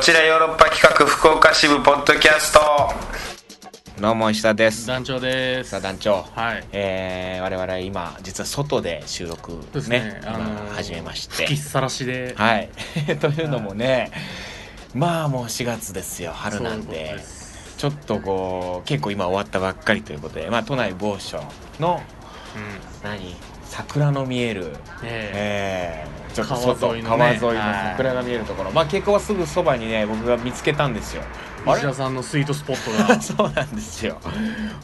ちらヨーロッパ企画福岡支部ポッドキャストどうも石田です団長ですさあ団長はいえー、我々今実は外で収録そうですねね今あのー始めまして吹きさらしで、はい というのもねまあもう4月ですよ春そうないうんことでですちょっとこう結構今終わったばっかりということでまあ都内某所のうん何桜の見えるええー、ちょっと川外川沿沿いいの,、のね桜が見えるところ、まあ結構はすぐそばにね僕が見つけたんですよえあれ石田さんのスイートスポット がそうなんですよ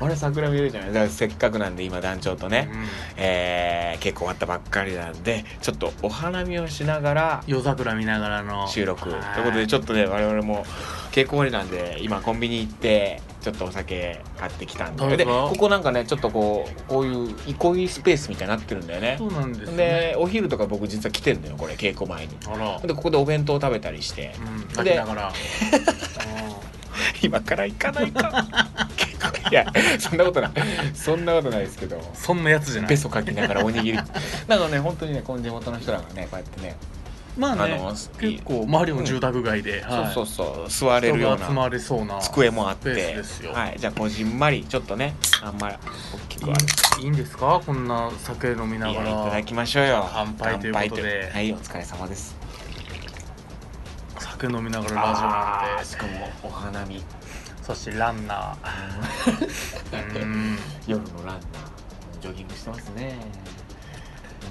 あれ桜見えるじゃないだからせっかくなんで今団長とね、うんえー、結構終わったばっかりなんでちょっとお花見をしながら夜桜見ながらの収録とはいいうことでちょっとね我々も稽古終わりなんで今コンビニ行ってちょっとお酒買ってきたんどうぞででここなんかねちょっとこうこういう憩いスペースみたいになってるんだよねそうなんですでよねお昼とか僕実は来てんだよこれ稽古前にあらでここでお弁当食べたりしてうん抱きな がら今から行かないか いやそんなことないそんなことないですけどそんなやつじゃなペいソかきながらお にぎりなんかね本当にねこの地元の人らがねこうやってね、まあねあの結構周りも住宅街で、はい、そうそうそう座れるよう人が集なまれそうな机もあっスペースてですよはい、じゃあこじんまりちょっとねあんまり大きくは。いいいいんですかこんな酒飲みいやないがたらだきましょうよ乾杯ということで乾杯はいお疲れ様です酒飲みながらラジオあなーんしかもお花見でそしてランナ ーうん夜のランナージョギングしてますね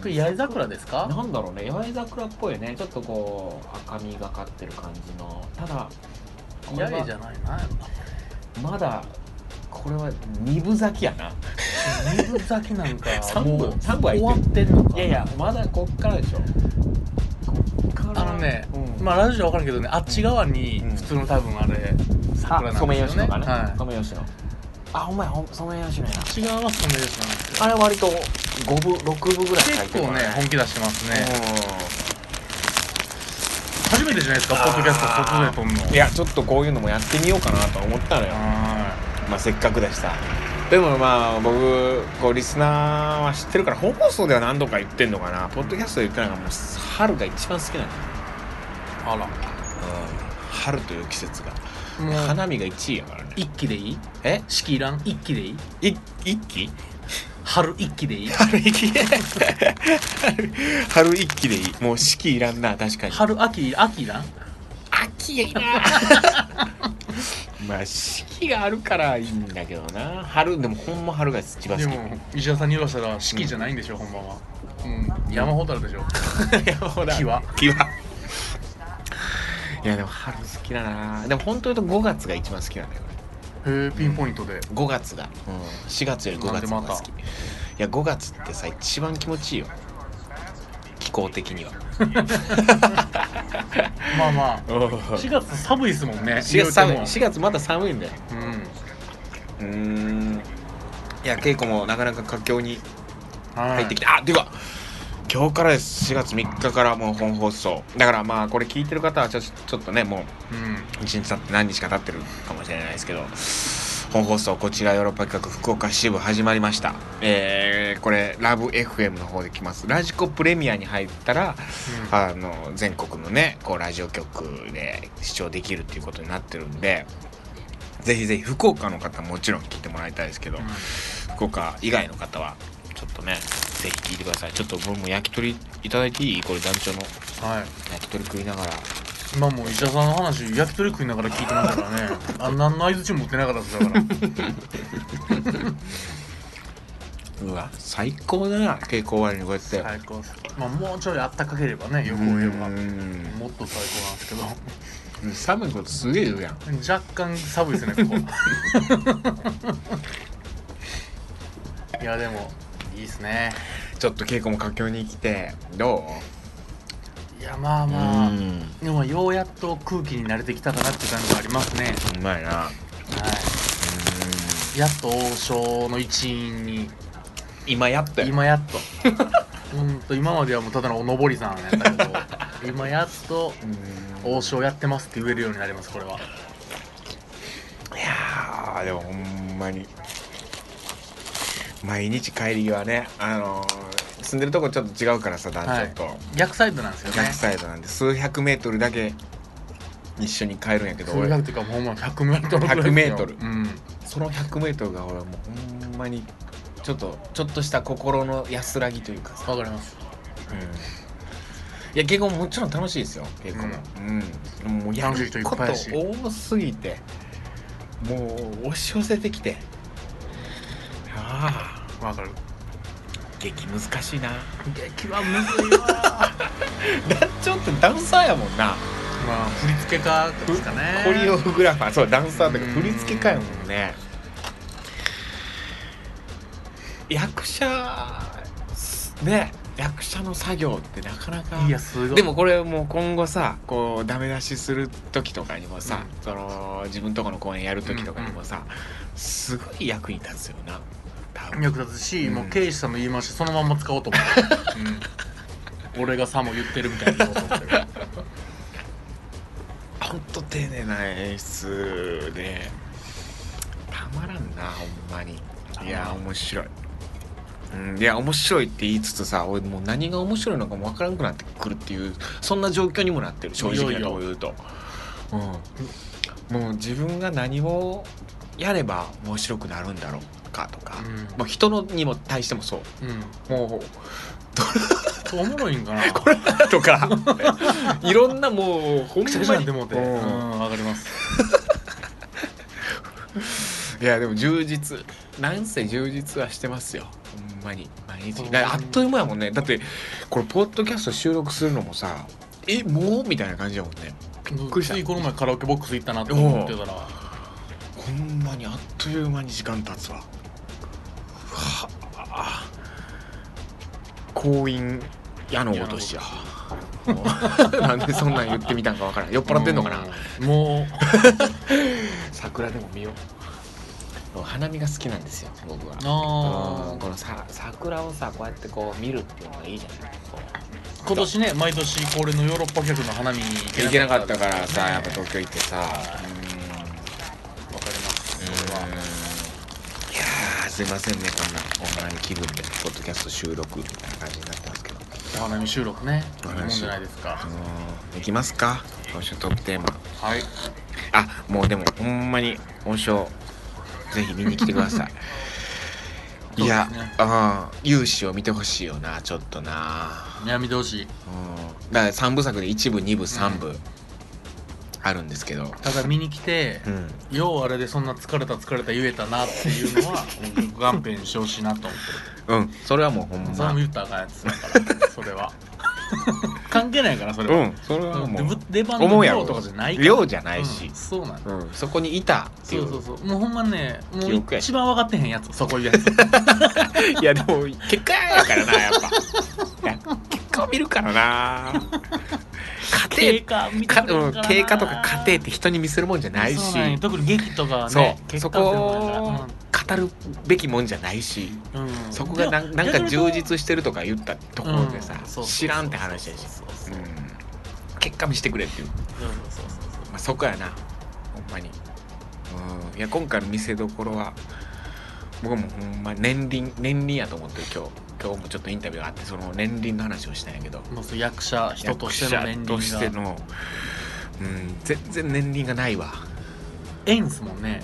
これ八重桜ですかなんだろうね八重桜っぽいねちょっとこう赤みがかってる感じのただこれ八重じはゃないなやっぱまだこれは二分咲きやな水酒なんか三部もう三終部入ってるわってんのかいやいやまだこっからでしょこっからあのね、うんまあラジオわかるけどねあっち側にうん普通の多分あれ桜あなんソメイヨでシすよノねかね、ソは、メイヨシノあお前ソメイヨシノやない違うはソメイヨシノなんですよあれ割と五分六分ぐらい咲い結てる構からね本気出してますねう初めてじゃないですかあーポッドキャスト外で撮んのんいやちょっとこういうのもやってみようかなと思ったのよはまあせっかくだしさでもまあ僕こうリスナーは知ってるから本放送では何度か言ってんのかなポッドキャストで言ってないからもう春が一番好きなのよ、いあら春という季節がもう花見が1位やからね一気でいいえ四季いらん一気でいいい一期春一気でい い春一期春一期でいいもう四季いらんな確かに春秋秋いらん秋いいなまあ四季があるからいいんだけどな春でもほんま春が一番好できも石田さんに言わせたら四季じゃないんでしょ、本番は、うん、山ほどあるでしょ木は木はいやでも春好きだなでも本当言うと5月が一番好きなんだよへえピンポイントで俺5月が、うん、4月より5なん月での方またが好きいや5月ってさ一番気持ちいいよ気候的にはまあまあ4 4月寒いですもんね月寒い言う4月まだ寒いんだよてもうんうーんいや稽古もなかなか佳境には入いってきて、あていうか今日からです4月3日からもう本放送だからまあこれ聞いてる方はちょちょっとねもううん1日経って何日か経ってるかもしれないですけど本放送こちらヨーロッパ企画福岡支部始まりましたえー、これラブ f m の方で来ますラジコプレミアに入ったらあの全国のねこうラジオ局で視聴できるっていうことになってるんでぜひぜひ福岡の方もちろん聞いてもらいたいですけど、うん福岡以外の方はちょっとねぜひ聞いてくださいちょっと僕も焼き鳥いただいていいこれ団長のはい焼き鳥食いながら今もう石田さんの話焼き鳥食いながら聞いてますからねあ何の相槌も打ってなかったですだからうわ最高だな稽古終わりにこうやって最高ですまあもうちょいあったかければねうよく言えばんもっと最高なんですけど寒いことすげえ言うやん若干寒いですねここいやでもいいですねちょっと稽古も佳境に来てどいやまあうまあんでもようやっと空気に慣れてきたかなって感じがありますねうまいなはいやっと王将の一員に今やったよ今やっとうんと今まではもうただのおのぼりさんやったけど今やっと王将やってますって言えるようになりますこれはいやーでもほんまに毎日帰り際ねあのー住んでるとこちょっと違うからさ団長と、逆サイドなんですよね逆サイドなんで数百メートルだけ一緒に帰るんやけどそれ俺だっていうかもうまあ 100m ぐらい100メートルうんその 100m が俺はもうほんまにちょっとちょっとした心の安らぎというかさ、わかりますうん、いや結婚ももちろん楽しいですよ結婚も、うんもうや楽しいる人いっことぱいやし多すぎてもう押し寄せてきてああわかる激難しい な激はむずいわちょっとダンサーやもんな まあ振り付け家ですかねコリオグラファーそうダンサーとかうん振り付け家やもんね役者ね役者の作業ってなかなかいやすごいでもこれもう今後さこうダメ出しする時とかにもさ、うその自分とこの公演やる時とかにもさ、すごい役に立つよな多分役立つし、うんもう経営者の言い回しそのまんま使おうと思って、うん、俺がさも言ってるみたいに言おうと思ってるほんと丁寧な演出でたまらんなほんまにいや面白い、うん、いや面白いって言いつつさ俺もう何が面白いのかも分からなくなってくるっていうそんな状況にもなってる正直なとこ言うとうん、もう自分が何をやれば面白くなるんだろうかとか、もう人のにも対してもそううん、うんもうそうおもろい んかなこれだ と かいろんなもうほんまくしゃくしゃになってもうてううんんわかりますいやでも充実なんせ充実はしてますよほんまに毎日だからあっという間やもんねだってこれポッドキャスト収録するのもさえもうみたいな感じやもんねびっくりしたこの前カラオケボックス行ったなと思ってたらほんまにあっという間に時間経つわはあ婚姻矢の落としやもうなんでそんなん言ってみたんかわからん酔っ払ってんのかなうんもう桜でも見ようお花見が好きなんですよ僕はあうんーこのさ桜をさこうやってこう見るっていうのがいいじゃないこ今年ね毎年恒例のヨーロッパ客の花見にう行行けけななかかっったたかかららさやっぱわか東京行ってさりますうんそれはいやーすいませんねこんなオンライン気分でポッドキャスト収録みたいな感じになってますけどお花見収録ねおいい花もん見じ収録ゃないですかいきますか今週トップテーマはいあもうでもほんまに本性ぜひ見に来てくださ いいや、そうですねあー勇姿を見てほしいよなちょっとな悩み同士うんだから3部作で1部2部3部あるんですけどただ見に来てうんようあれでそんな疲れた疲れた言えたなってい うのは僕は眼にしてほしいなと思ってうんそれはもうほんるそれまも言ったらあかんやつだからそれは関係ないからそれうは、んそれはでもう出番思のうやろ量とかじゃないから量じゃないうんし、そうなんだうん、そこにいたっていそううそうそうもうほんまねも記憶うや一番分かってへんやつそこいうやつ いやでも結果やからなやっぱいや結果を見るからな家経過み庭たかいうんな経過とか家庭って人に見せるもんじゃないしそうなんや特に劇とかはそう,、ねそ結果こはを語るべきもんじゃないし、全部そこがななんかうんでんもなんか充実ししてるとか言ったところでさ、知らんって話やし、、そうそううそうん結果見してくれっていう、そうそうそうまあ、そこやなほんまに、うん、いや今回の見せどころは僕はもうほんま年輪年輪やと思ってる今日今日もちょっとインタビューがあってその年輪の話をしたんやけどもうそう役者人としての年役者として輪がの、うん、全然年輪がないわ縁ですもんね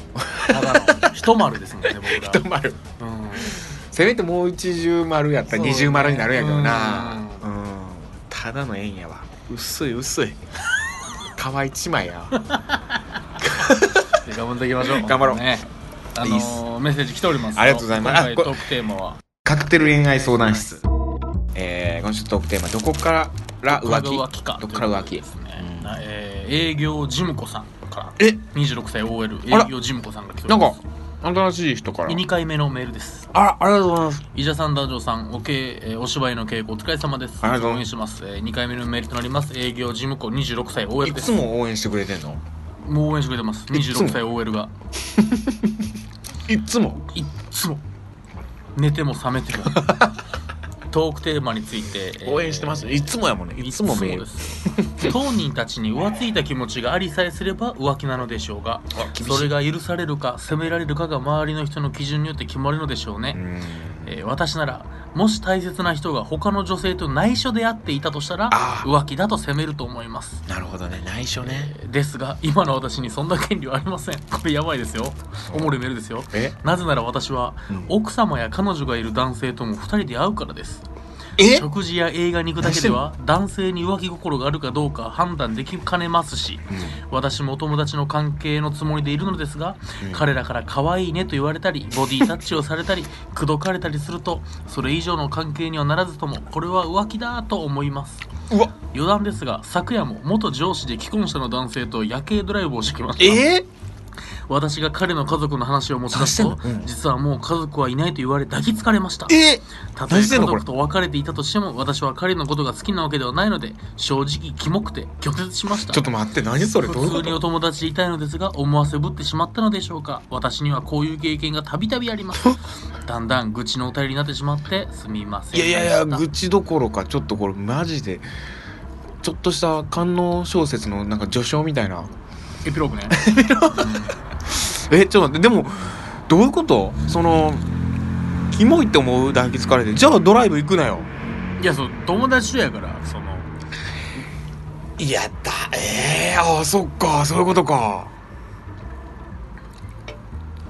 ただの一丸ですもんね僕一丸らうんせめてもう一重丸やったら二重丸になるんやけどなうそん、ただの円やわ薄い薄い皮一枚やわで頑張っていきましょう頑張ろうねあいのいっすーメッセージ来ておりますよありがとうございます今回あこトークテーマはカクテル恋愛相談室、えー、今週トークテーマどこから浮気浮気かどこから浮気ですねなえー営業ジムコさんからえ26歳 OL あら営業ジムコさんが来てなおりんまかす新しい人から2回目のメールですあらありがとうございます伊者さん、ダジョーさん、おけ、えーお芝居の稽古お疲れ様です。ありがとう応援します。えー、2回目のメールとなります。営業事務庫26歳 OL いでつす。も応援してくれてんのもう応援してくれてます。いつも26歳 OL が。いつもいっつも寝ても覚 めてもトークテーマについて、えー応援してますいつもやもんねいつもメールですよ当人たちに浮ついた気持ちがありさえすれば浮気なのでしょうが厳しいそれが許されるか責められるかが周りの人の基準によって決まるのでしょうね、うんええー私ならもし大切な人が他の女性と内緒で会っていたとしたらあー浮気だと責めると思いますなるほどね内緒ねですが今の私にそんな権利はありません これやばいですよおもろいメールですよえなぜなら私はうん奥様や彼女がいる男性とも2人で会うからですえ食事や映画に行くだけでは男性に浮気心があるかどうか判断できかねますし私もお友達の関係のつもりでいるのですが、うん彼らから可愛いねと言われたりボディタッチをされたり 口説かれたりするとそれ以上の関係にはならずともこれは浮気だと思いますうわ余談ですが昨夜も元上司で既婚者の男性と夜景ドライブをしてきましたえ私が彼の家族の話を持ち出す出と、してんのうん実はもう家族はいないと言われ抱きつかれましたえたとえ出して家んのこれ族と別れていたとしても私は彼のことが好きなわけではないので正直キモくて拒絶しましたちょっと待って何それどうい普うこ通におと友達でいたいのですが思わせぶってしまったのでしょうか私にはこういう経験がたびたびあります だんだん愚痴のお便りになってしまってすみませんいやいやいやでし愚痴どころかちょっとこれマジでちょっとした官能小説のなんか序章みたいなたエピローグねえちょっと待ってでもどういうことそのキモいって思う抱きつかれてじゃあドライブ行くなよいやそう友達とやからそのいやだえー、ああそっかそういうことか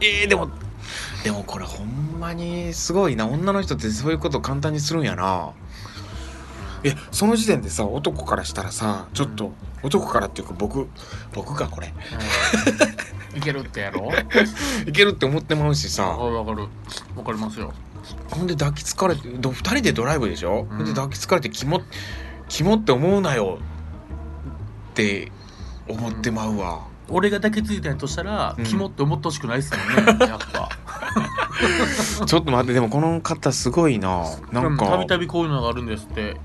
えー、でもでもこれほんまにすごいな女の人ってそういうこと簡単にするんやなえその時点でさ男からしたらさちょっと、男からっていうか僕僕かこれいけるってやろいけるって思ってまうしさわかるわかるわかりますよほんで抱きつかれてど2人でドライブでしょ、うんほんで抱きつかれてキモキモって思うなよって思ってまうわ、俺が抱きついたんやとしたら、うんキモって思ってほしくないっすもんねやっぱちょっと待ってでもこの方すごいななんたかびたびこういうのがあるんですって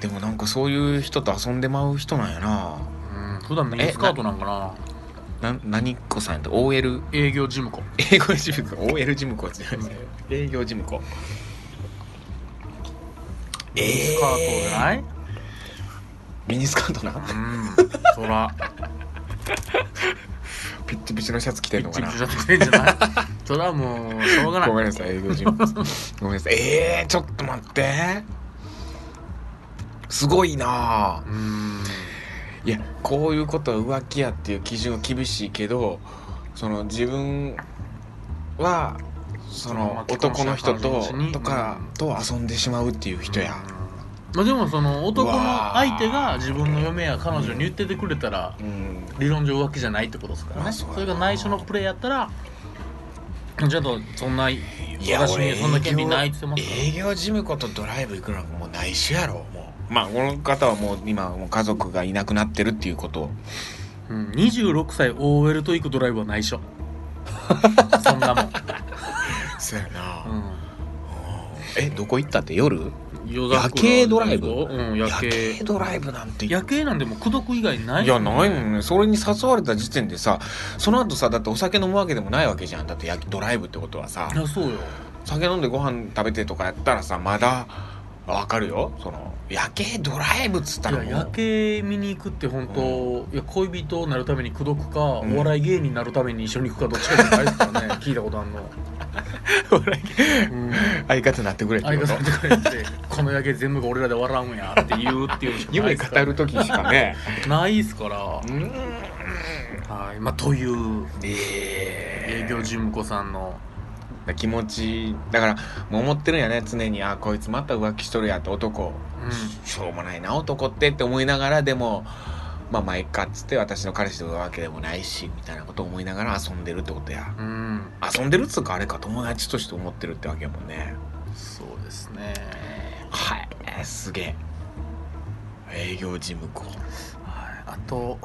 でもなんかそういう人と遊んでまう人なんやなうん普段ミニスカートなんかなな何っこさんやった OL 営業事務子英語事務子 OL 事務子じゃないですか営業事務子えミニえスカートじゃなミい、ニスカートなうんそら ピッチピチのシャツ着てんピのッかチなピチだってくれんじゃ ないそれはもうしょうがないごめんなさい営業事務子ですごめんなさいええー、ちょっと待ってすごいなあうーんいやこういうことは浮気やっていう基準は厳しいけどその自分はそのそのまあ男の人既婚と者彼女にとかうんと遊んでしまうっていう人やまあでもその男うのわー相手が自分の嫁や彼女に言っててくれたらうん理論上浮気じゃないってことですからまあねそうやなそれが内緒のプレイやったらちょっとそんない私にそんな権利ないって言ってますから営業事務ことドライブ行くのはもう内緒やろもうまあこの方はもう今もう家族がいなくなってるっていう ことうん26歳 OL と行くドライブは内 緒そんなもんそうやな、えどこ行ったって夜うん夜夜景ドライブうん夜景ドライブなんて夜景なんでもう口説く以外ないいやないもんねそれに誘われた時点でさその後さだってお酒飲むわけでもないわけじゃんだって焼きドライブってことはさいやそうよ酒飲んでご飯食べてとかやったらさまだわかるよその夜景ドライブっつったいらやもう夜景見に行くって本当、いや恋人になるために口説くか、うんお笑い芸人になるために一緒に行くかどっちかじゃないですから ね聞いたことあんの、うん、相方になってくれってこ相と方さんとか言って「この夜景全部が俺らで笑うんや」って言うっていうのしかない夢ですか語る時しかねらないっすから、うーんはいまあ、という営え業事務子さんのえ気持ちだからもう思ってるんやね常にあこいつまた浮気しとるやって男うしょうもないな男ってって思いながらでもまあまあいっかっつって私の彼氏とかわけでもないしみたいなことを思いながら遊んでるってことやんうん遊んでるっつうかあれか友達として思ってるってわけやもんねそうですねはいえーすげえ営業事務子はいあと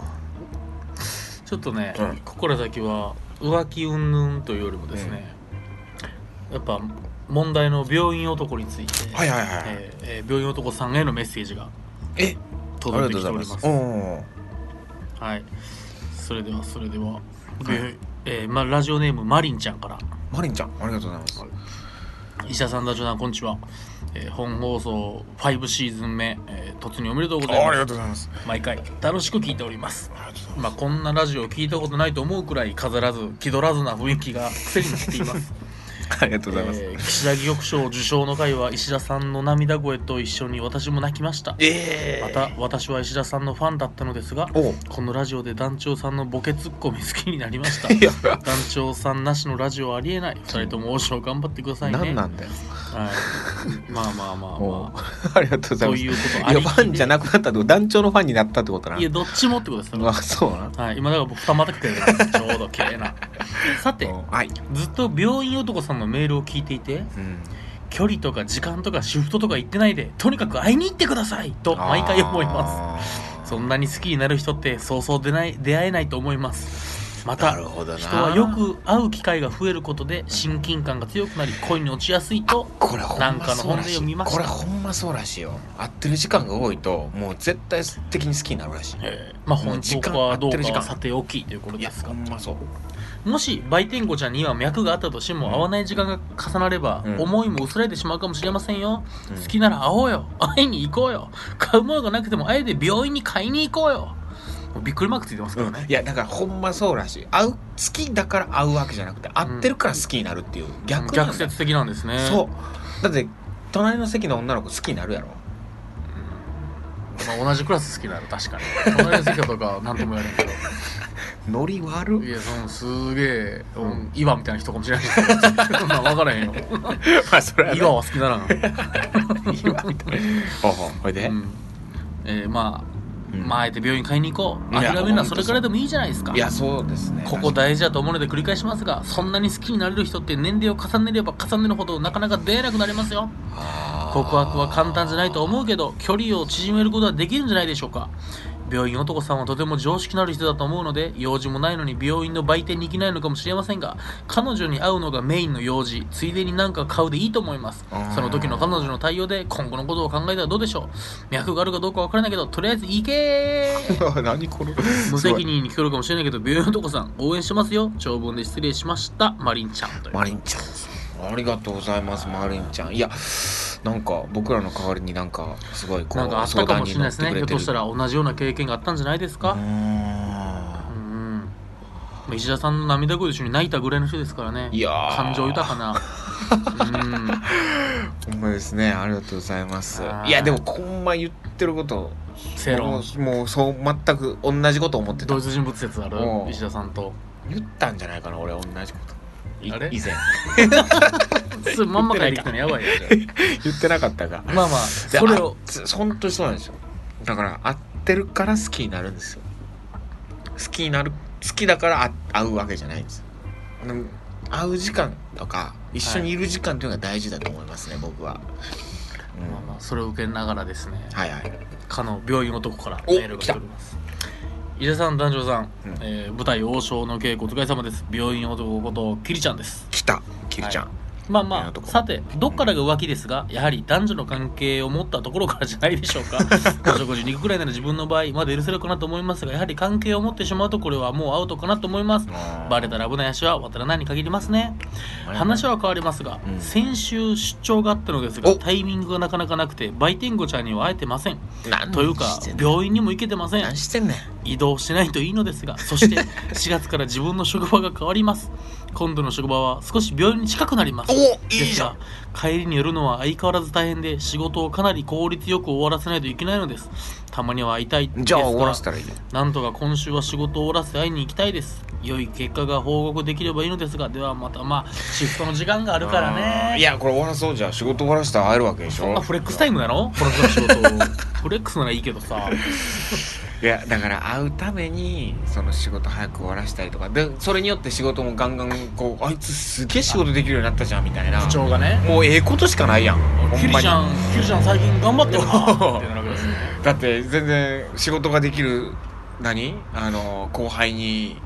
ちょっとね、うんここから先は浮気云々というよりもですね、やっぱ問題の病院男について、はいはいはい、えーえー病院男さんへのメッセージがえあり届がいとてうごきざていおまりますすおはい、それではそれでは、いえーま、ラジオネームマリンちゃんからマリンちゃんありがとうございます医者さんダジョナこんにちは、えー本放送5シーズン目、えー突入おめでとうございああまりすがとうございます毎回楽しく聞いておりますありがとうございますまあ、こんなラジオ聞いたことないと思うくらい飾らず気取らずな雰囲気が癖になっていますありがとうございます。えー岸田玉賞受賞の回は石田さんの涙声と一緒に私も泣きましたえまた私は石田さんのファンだったのですがおうこのラジオで団長さんのボケツッコミ好きになりまし たいや団長さんなしのラジオありえない2人とも王将頑張ってくださいね何なんだよ。はい、まあまあまあ もまうありがとうございます。ということいありやきでファンじゃなくなったってこと団長のファンになったってことなあい。やどっちもってことですよあそうな。はい、今だから僕たまたきてるからちょうど綺麗なさてうんはい。ずっと病院男さんのメールを聞いていてうん。距離とか時間とかシフトとか言ってないでとにかく会いに行ってくださいと毎回思いますすそんなに好きになる人ってそうそう出ない出会えないと思いますまなたるほどな。人はよく会う機会が増えることで親近感が強くなり恋に落ちやすいとこれほんなんまかのそう本らでし読いみましたこれほんまそうらしいよ会ってる時間が多いともう絶対的に好きになるらしいもまあう本時当間かど合うってる時か間はさておきということいやですほがんまそうもし売店子ちゃんには脈があったとしても会わない時間が重なればうん思いも薄れてしまうかもしれませんよ、うん好きなら会おうよ会いに行こうよ買うものがなくてもあえて病院に買いに行こうよもうびっくりマークついてますからうんね、いやだからほんまそうらしい会う好きだから会うわけじゃなくて会ってるから好きになるっていう逆なんだ逆説的なんですねそうだって隣の席の女の子好きになるやろまあ、同じクラス好きなの確かに隣の席とか何とも言われんけどノリ悪いいやそのすげえ、うん、岩みたいな人かもしれないけどそんなん分からへ んよまあそれはね岩は好きだな岩みたいなほうほうほいでうんえーまあ、うんまああえて病院買いに行こういや諦めるのはそれからいでもいいじゃないですかいやそうですねここ大事だと思うので繰り返しますがそんなに好きになれる人って年齢を重ねれば重ねるほどなかなか出会えなくなりますよ告白は簡単じゃないと思うけど距離を縮めることはできるんじゃないでしょうか病院男さんはとても常識のある人だと思うので用事もないのに病院の売店に行けないのかもしれませんが彼女に会うのがメインの用事ついでになんか買うでいいと思いますあーその時の彼女の対応で今後のことを考えたらどうでしょう脈があるかどうかわからないけどとりあえず行けー 何この無責任に聞こえるかもしれないけど病院のとこさん応援してますよ長文で失礼しましたマリンちゃんというマリンちゃんですありがとうございますマリンちゃんいやなんか僕らの代わりになんかすごいこうなんかあったかもしれないですねひょっとしたらら同じような経験があったんじゃないですかうんまあ石田さんの涙声と一緒に泣いたぐらいの人ですからねいやー感情豊かなうんほんまですねありがとうございますあーいやでもほんま言ってること正論僕ももうそう全く同じこと思ってた同一人物説あるおう石田さんと言ったんじゃないかな俺同じこといあれ 以前すぐまんま帰ってきたのやばいよ言ってなかったがまあまあでそれをあつ本当にそうなんですよだから会ってるから好きになるんですよ好きになる好きだからあ会うわけじゃないんですでも会う時間とか一緒にいる時間というのが大事だと思いますね、僕は、うんまあまあそれを受けながらですねはいはいかの病院男からおメールが来ております伊勢さん男女さん、うんえー舞台王将の稽古お疲れ様です病院男ことキリちゃんです来たキルちゃん、はま病あ院まあ男さてどっからが浮気ですがやはり男女の関係を持ったところからじゃないでしょ うかお食事に行くくらいなら自分の場合まだ許せるかなと思いますがやはり関係を持ってしまうとこれはもうアウトかなと思いますあーバレたら危ない足は渡らないに限りますね話は変わりますが、うん先週出張があったのですがおタイミングがなかなかなくて売店子ちゃんには会えてません何というかしてんねん病院にも行けてません何してんねん移動しないといいのですが そして4月から自分の職場が変わります今度の職場は少し病院に近くなりますおでいいすじゃんが帰りに寄るのは相変わらず大変で仕事をかなり効率よく終わらせないといけないのですたまには会いたいですがじゃあ終わらせたらいいよなんとか今週は仕事を終わらせて会いに行きたいです良い結果が報告できればいいのですがではまたまあシフトの時間があるからあーねいやこれ終わらそうじゃん仕事終わらせたら会えるわけでしょそんなフレックスタイムなのこの人の仕 事フレックスならいいけどさいやだから会うためにその仕事早く終わらしたりとかでそれによって仕事もガンガンこうあいつすげえ仕事できるようになったじゃんみたいな部長がねもうええことしかないやんほキんリまにちゃん、キリちゃん最近頑張ってるなってなるわけですよね。だって全然仕事ができる何あの後輩に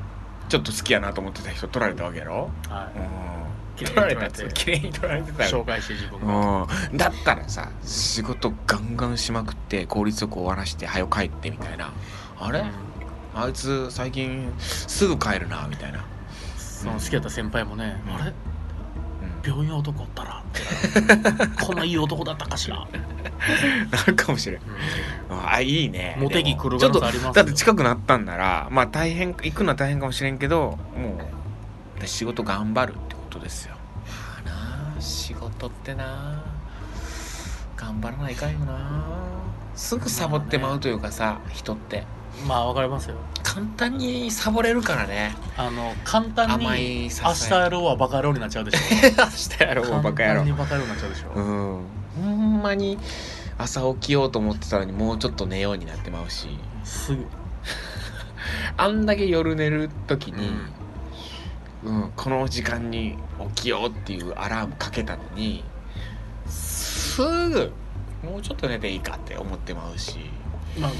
ちょっと好きやなと思ってた人取られたわけやろはうん綺麗取に取らられたれたやつ綺麗に取られてたやつい。よ紹介して自分が。うんだったらさ仕事ガンガンしまくって効率よく終わらして早く帰ってみたいなあれあいつ最近すぐ帰るなみたいな、その好きだった先輩もね、うんあれう病院男おっ たらって。こんないい男だったかしら。ん、なるかもしれんあいいねモテ期来るで可もちょ能っ性ありますとよだって近くなったんならまあ大変行くのは大変かもしれんけどもう仕事頑張るってことですよ仕事ってな頑張らないかんよなすぐサボってまうというかさ人ってまあわかりますよ簡単にサボれるからねあの簡単に甘い明さ日やろうはバカ野郎になっちゃ うでし明日やょろうバカや簡単ろにバカ野郎になっちゃうでしうょんほんまに朝起きようと思ってたのにもうちょっと寝ようになってまうしすぐあんだけ夜寝る時に、うんうんこの時間に起きようっていうアラームかけたのにすぐもうちょっと寝ていいかって思ってまうし、まあ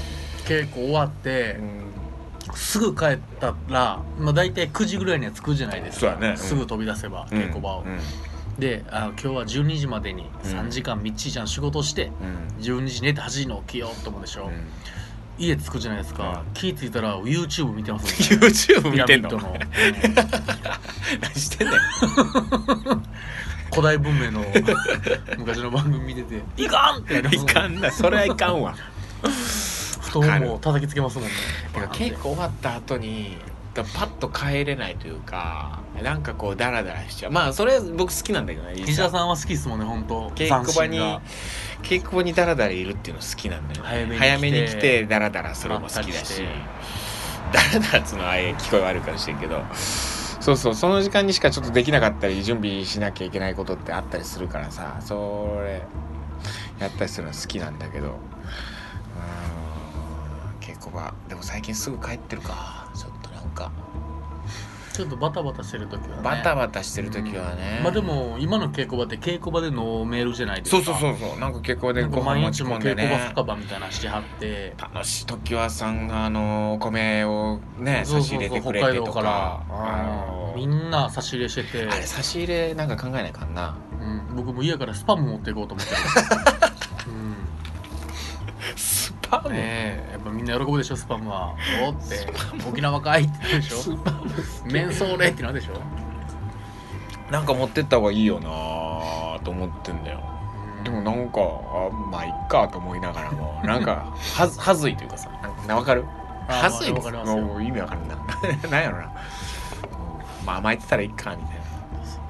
稽古終わってすぐ帰ったら、まあ、大体9時ぐらいには着くじゃないですかそうやねうんすぐ飛び出せば稽古場うを、んであ今日は12時までにうん3時間みっちりちゃん仕事してうん12時寝て8時に起きようと思うでしうょ、ん家着くじゃないですか、う気ぃ付いたら YouTube 見てます ね YouTube ピ見ラてミんッのドの、うん何してんねん古代文明 の昔の番組見てて「いかん!」ってやりますいかもんんなそれはいかんわ太ももを叩きつけますもんねだから稽古終わった後にだからパッと帰れないというかなんかこうダラダラしちゃうまあそれ僕好きなんだけどね西田さんは好きですもんね本当稽古場斬新にな稽古場にダラダラいるっていうの好きなんだよね早めに来て早めに来てダラダラするのも好きまっただりししてダラダラっつうのはあえ聞こえ悪いかもしれんけどそうそうその時間にしかちょっとできなかったり準備しなきゃいけないことってあったりするからさそれやったりするの好きなんだけどうーん稽古場でも最近すぐ帰ってるかちょっとなんかちょっとバタバタしてる時はねバタバタしてる時はね、まあでも今の稽古場って稽古場で飲めるじゃないですかそうそうそうそうなんか稽古場でなんかご飯毎持日ちも込んで稽ね古場酒場みたいなのしてはって楽しい時はさんがあのお米をねそ差うしそ入れうそうて北くれ海て道とかからあのみんな差し入れしててあれ差し入れなんか考えないかんなうん僕も家からスパム持っていこうと思ってるスパうんねえやっぱみんな喜ぶでしょスパムはおーって沖縄かいってなるでしょメンソーレってなるでしょなんか持ってった方がいいよなと思ってんだよでもなんかあまあいっかと思いながら もなんかはずはずいというかさなんかわかるあーはずいわですかりますよもう意味わかんない なんやろなうんまあ甘えてたらいいかみたいな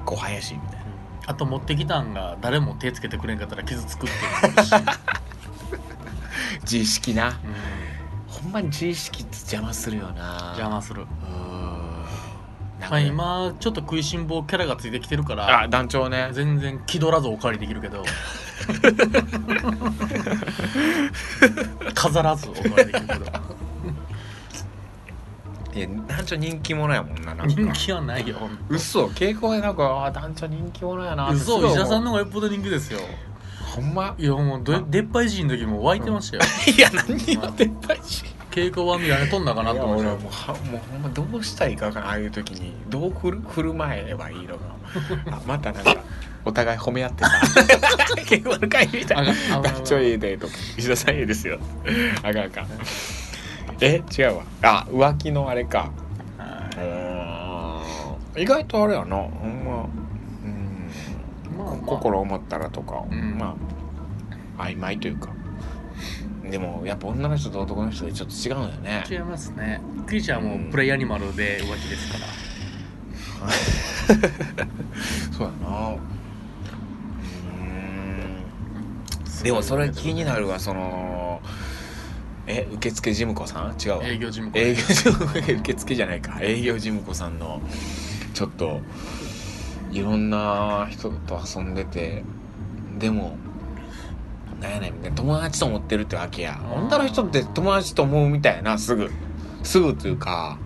ごはやしみたいなあと持ってきたんが誰も手つけてくれんかったら傷つくっていうのもある し、自意識なうんほんまに自意識って邪魔するよな邪魔するうーんなんまかあね今ちょっと食いしん坊キャラがついてきてるかあら団長ね全然気取らずお借りできるけど 飾らずお借りできるけどいや団長人気者やもんななんか人気はないよほんと嘘稽古でなんかあー団長人気者やなって嘘すごい石思う田さんの方がよっぽど人気ですよほんまいやもうどあでっぱい人の時もう湧いてましたよ、いや何を撤廃し 稽古場みたいな飛んだかいなとや思っ俺てはもうはもうほんまどうしたらいいかわからんああいう時にどう振る振る舞えばいい のかあまたなんかお互い褒め合ってさ稽古の会みたいなあがんあがん団長いいでとか石田さんいいですよあかんあかんえ違うわあ浮気のあれかは意外とあれやなほんまうんいまあまあ心思ったらとか、うんまあ曖昧というかでもやっぱ女の人と男の人でちょっと違うんだよね違いますねクイちゃんはもうプレイアニマルで浮気ですからそうやなうんでもそれ気になるわそのえ受付事務子さん違うわ営業事務営業事務子受付じゃないか営業事務子さんのちょっといろんな人と遊んでてでもなんやねんみたいな友達と思ってるってわけやうん女の人って友達と思うみたいやなすぐすぐというか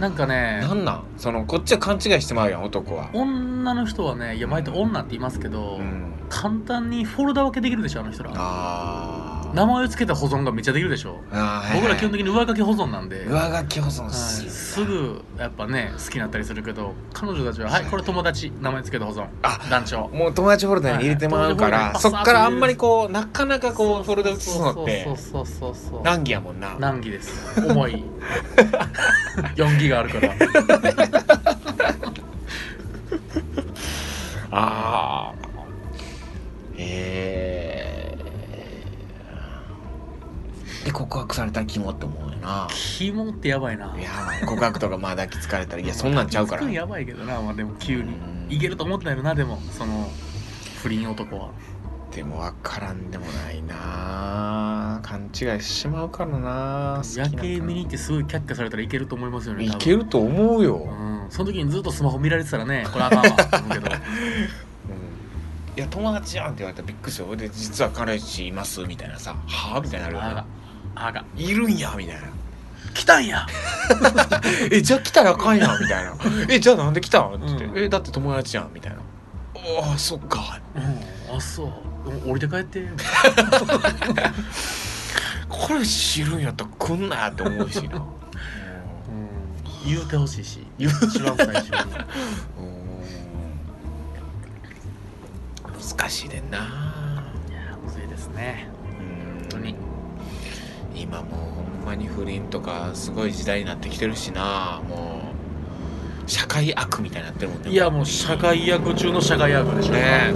なんかねなんなんそのこっちは勘違いしてまうやん男は女の人はねいや毎回女って言いますけど、うん簡単にフォルダ分けできるでしょあの人らあー名前を付けた保存がめっちゃできるでしょあー僕ら基本に的に上書き保存なんで、はい、上書き保存する、すぐやっぱね好きになったりするけど彼女たちは「はいこれ友達名前付けた保存あ団長もう友達フォルダに入れてもらうから、はいはいそっからあんまりこうなかな」かこうフォルダ移すのっそうてそうそうそうそう難儀やもんな難儀です重い4ギガあるからああええで告白されたらキモって思うよなキモってやばいないやばい告白とかまあ抱きつかれたらいやそんなんちゃうからつくんやばいけどなまあでも急うにんいけると思ってないよなでもその不倫男はでも分からんでもないな勘違いしちまうからな夜景見に行ってすごいキャッキャされたらいけると思いますよねい多分けると思うよ、ううんんその時にずっとスマホ見られてたらねこ れあかんわと思うけどいや友達やんって言われたらびっくりするよで実は彼氏いますみたいなさはあみたいになるよあがなあがいるんやみたいな来たんやえじゃあ来たらあかんやんみたい なえじゃあなんで来たんって言って、うんえだって友達やんみたいなああそっかうんあそうお降りて帰って彼氏いるんやったら来んなって思うし なうん言うてほしいし言う一番最初に難しいねんないやむ ずいですね本当に今もうほんまに不倫とかすごい時代になってきてるしなもう社会悪みたいになってるもんねいやもう社会役中の社会役でしょね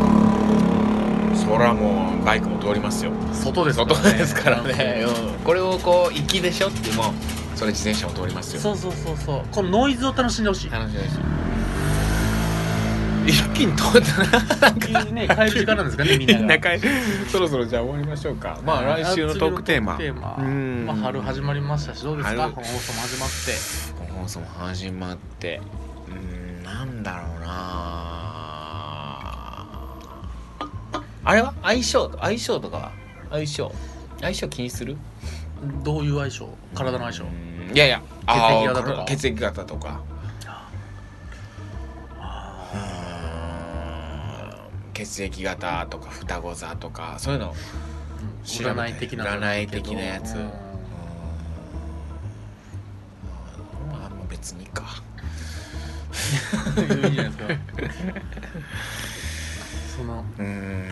えそらもうバイクも通りますよ外ですからね外ですからね、うんこれをこう行きでしょってもうそれ自転車も通りますよそうそうそうそうこのノイズを楽しんでほしい楽しみです 一気に通ったななんかいいね帰る時間なんですかねみんな が中 居そろそろじゃあ終わりましょうかまあ来週のトークテーマ次のトークテーマうんまあ、春始まりましたしどうですか春本放送も始まってこの放送も始まってうーんなんだろうなあれは相性相性とかは相性相性気にするどういう相性体の相性うんいやいや血液あ型ーとか血液型とかうあーん血液型とか双子座とかそういうのーうん占い的な 占い的なやつうんうんあんま別にいいかいいじゃないですかそのうーん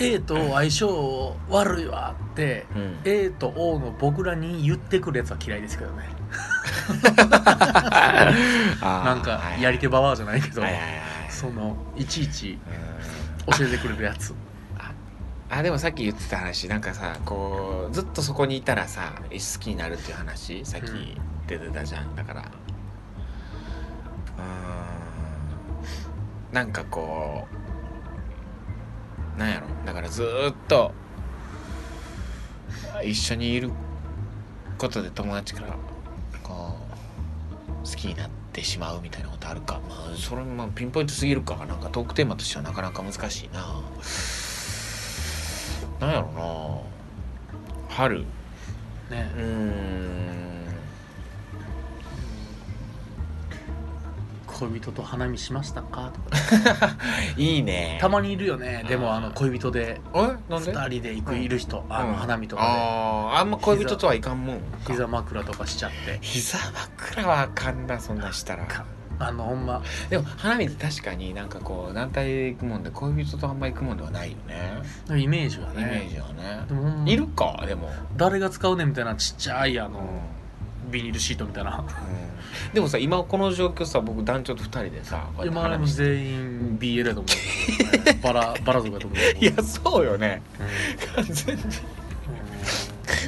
A と相性悪いわって、うん A と O の僕らに言ってくるやつは嫌いですけどねななんかやり手ババアじゃないけど、はいはいはいはいそのいちいちうん教えてくれるやつあでもさっき言ってた話なんかさこうずっとそこにいたらさ好きになるっていう話さっうきん出てたじゃんだからうーんなんかこうなんやろだからずーっと一緒にいることで友達からこう好きになってしまうみたいなことあるかまあそれもまあピンポイントすぎるかなんかトークテーマとしてはなかなか難しいななんやろな春うねーん恋人と花見しましたかとかいいねたまにいるよねでもあの恋人でえなんで2人で行くうんいる人あうのん花見とかあーあんま恋人とはいかんもんで膝枕とかしちゃって膝枕はあかんなそんなんしたらかあのほんまでも花見って確かになんかこう団体で行くもんで恋人とあんま行くもんではないよねイメージはイメーねジはねでもほんまいるかでも、誰が使うねんみたいなちっちゃいあうのビニールシートみたいなでもさ今この状況さ僕団長と2人でさこうやって今あれ花も見して全員 BL だと思う けどバラバラ族だと思うけどいやそうよねうん完全に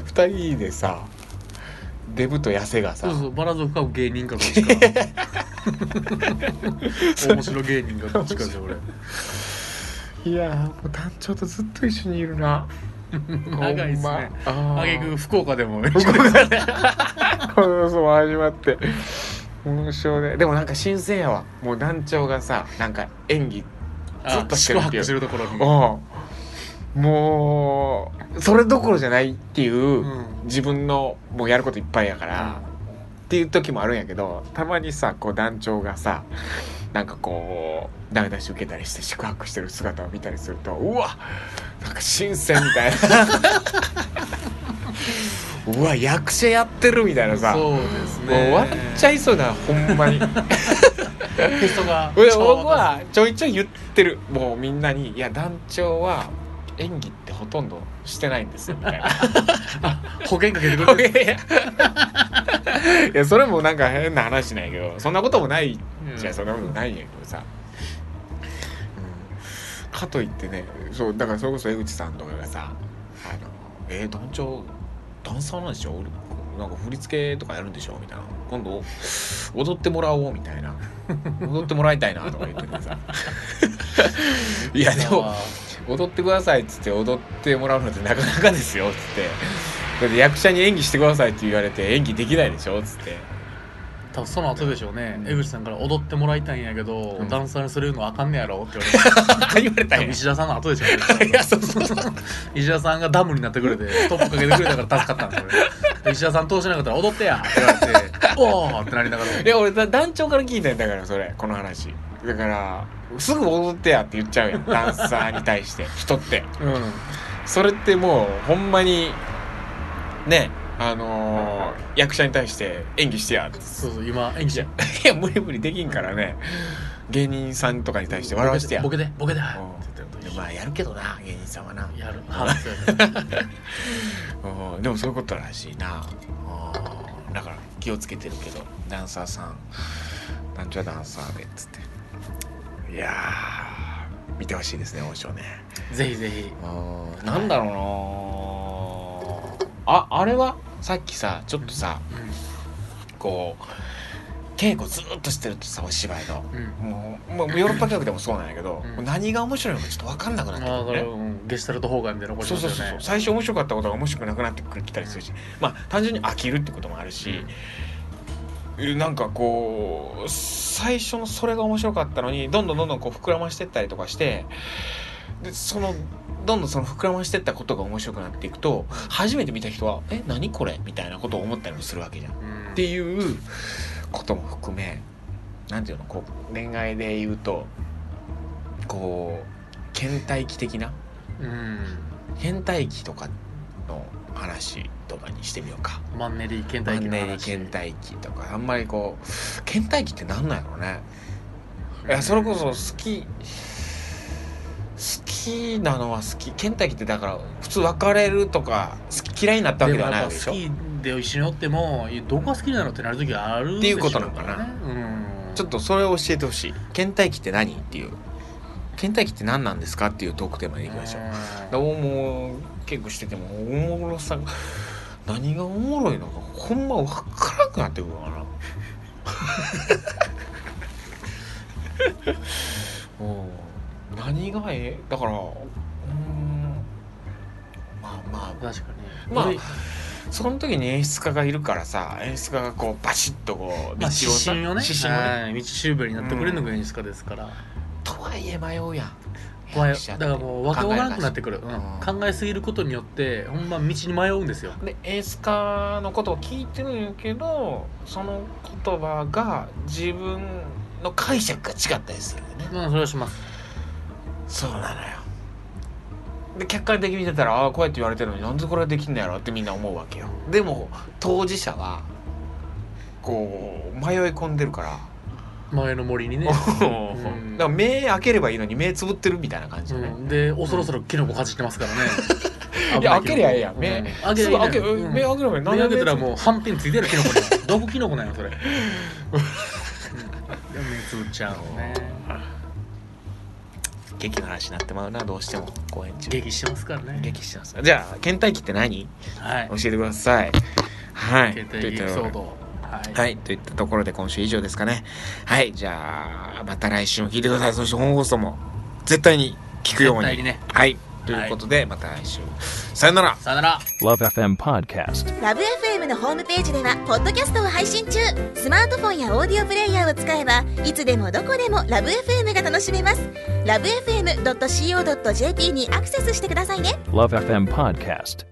2人でさデブと痩せがさそうそうバラ族か芸人かどっ ちか面白芸人かどっちかで俺いやーもう団長とずっと一緒にいるな長いっすほんねまああげーく福岡でもこの嘘も始まって紋章ででもなんか新鮮やわもう団長がさなんか演技ずっとしてる宿ってい泊うしてるところにうんもうそれどころじゃないっていう、うん自分のもうやることいっぱいやから、っていう時もあるんやけどたまにさこう団長がさなんかこうダメ出し受けたりして宿泊してる姿を見たりするとうわなんか新鮮みたい なうわ役者やってるみたいなさそうですねもう笑っちゃいそうだほんまにテストが俺僕はちょいちょい言ってるもうみんなに「いや団長は演技ってほとんどしてないんですよ」みたい な保険かけてくれてるいやそれもなんか変な話なんやけどそんなこともないじゃうんそんなことないんやけどさ、うん、かといってねそうだからそれこそ江口さんとかがさ「あのえー、団長ダンサーなんでしょ俺なんか振り付けとかやるんでしょみたいな今度踊ってもらおうみたいな 踊ってもらいたいなとか言ってて さいやでも踊ってくださいっつって踊ってもらうのってなかなかですよっつってそれで役者に演技してくださいって言われて演技できないでしょっつって 多分その後でしょうね、うん江口さんから踊ってもらいたいんやけど、うんダンサーにするのあかんねやろって言わ れて言われたん多分や石田さんの後でしょうねいやそうそうそう石田さんがダムになってくれてストップかけてくれたから 助かったんですよねで石田さん通してなかったら踊ってやって言われておーってなりなが らいや俺だ団長から聞いたんだからそれこの話だからすぐ踊ってやって言っちゃうやんダンサーに対して 人ってうんそれってもうほんまにねあのー役者に対して演技してやってそうそう今演技じゃん いや無理無理できんからね芸人さんとかに対して笑わしてやボケてボケてボケてうんって言ってるまあやるけどな芸人さんはなとやるはずや ねうんでもそういうことらしいなうんだから気をつけてるけどダンサーさん団長はダンサーでっつっていやー見てほしいですね王将ねぜひぜひうんなんだろうなああれはさっきさちょっとさこう稽古ずーっとしてるとさお芝居のうんうんもうもうヨーロッパ企画でもそうなんやけど、うん何が面白いのかちょっと分かんなくなってくるああのそねれ、うん、ゲシュタルト崩壊みたいなことそうですそようそねうそう最初面白かったことが面白くなくなってくるきたりするしまあ単純に飽きるってこともあるし、えなんかこう最初のそれが面白かったのにどんどんどんどんこう膨らましてったりとかしてでそのどんどんその膨らましてったことが面白くなっていくと初めて見た人は「え何これ?」みたいなことを思ったりもするわけじゃん。うんっていうことも含めなんていうのこう恋愛で言うとこう倦怠期的なうん倦怠期とかの話とかにしてみようか。マンネリ倦マ怠期ンのネリ話倦怠期とかあんまりこう倦怠期ってなんなんやろうねいやそれこそ好き好きなのは好き倦怠期ってだから普通別れるとか好き嫌いになったわでけもではないやっぱわけでしょ好きで一緒におってもいやどこが好きなのってなる時があるっていうことなのかなでしょうからねうんちょっとそれを教えてほしい倦怠期って何っていう倦怠期って何なんですかっていうトークテーマでいきましょうだからもう結構しててもおもろさが何がおもろいのかほんま分からなくなってくるからな うん何がええだからうーんまあまあ確かにまあ俺その時に演出家がいるからさ演出家がこうバシッとこうまあさ指針をね指針をねはい道しるべになってくれるのが演出家ですから、とはいえ迷うやん怖い役者だっかてらもうわけわからなくなってくる、えなしうん考えすぎることによってほんま道に迷うんですよで演出家のことを聞いてるんやけどその言葉が自分の解釈が違ったりするよねまあそれはしますそうなのよで客観的に見てたらああこうやって言われてるのになんでこれできんのやろってみんな思うわけよでも当事者はこう迷い込んでるから前の森にねんだから目開ければいいのに目つぶってるみたいな感じうよね、ん、で、おそろそろキノコかじってますから ね。いや開けりゃええやんうん目、開けすぐりゃ開ええけやんうん目開ければいいの目に開なんけで目つぶたらってもう半ペンついてるキノコ じゃん。どこキノコなんよ、それ。うんいや目つぶっちゃうのね。劇の話になってまうなどうしても公演中激してますからね。激してますじゃあ倦怠期って何はい教え。てくださいはい携帯エピソード。はい。はいといったところで今週以上ですかねはいじゃあまた来週も聞いてくださいそして本放送も絶対に聞くように絶対にねはいということで、また来週さよならさよなら。 Love FM Podcast. ラブ f m のホームページではポッドキャストを配信中スマートフォンやオーディオプレイヤーを使えばいつでもどこでもラブ f m が楽しめますラブ FM.co.jp にアクセスしてくださいね Love FM Podcast.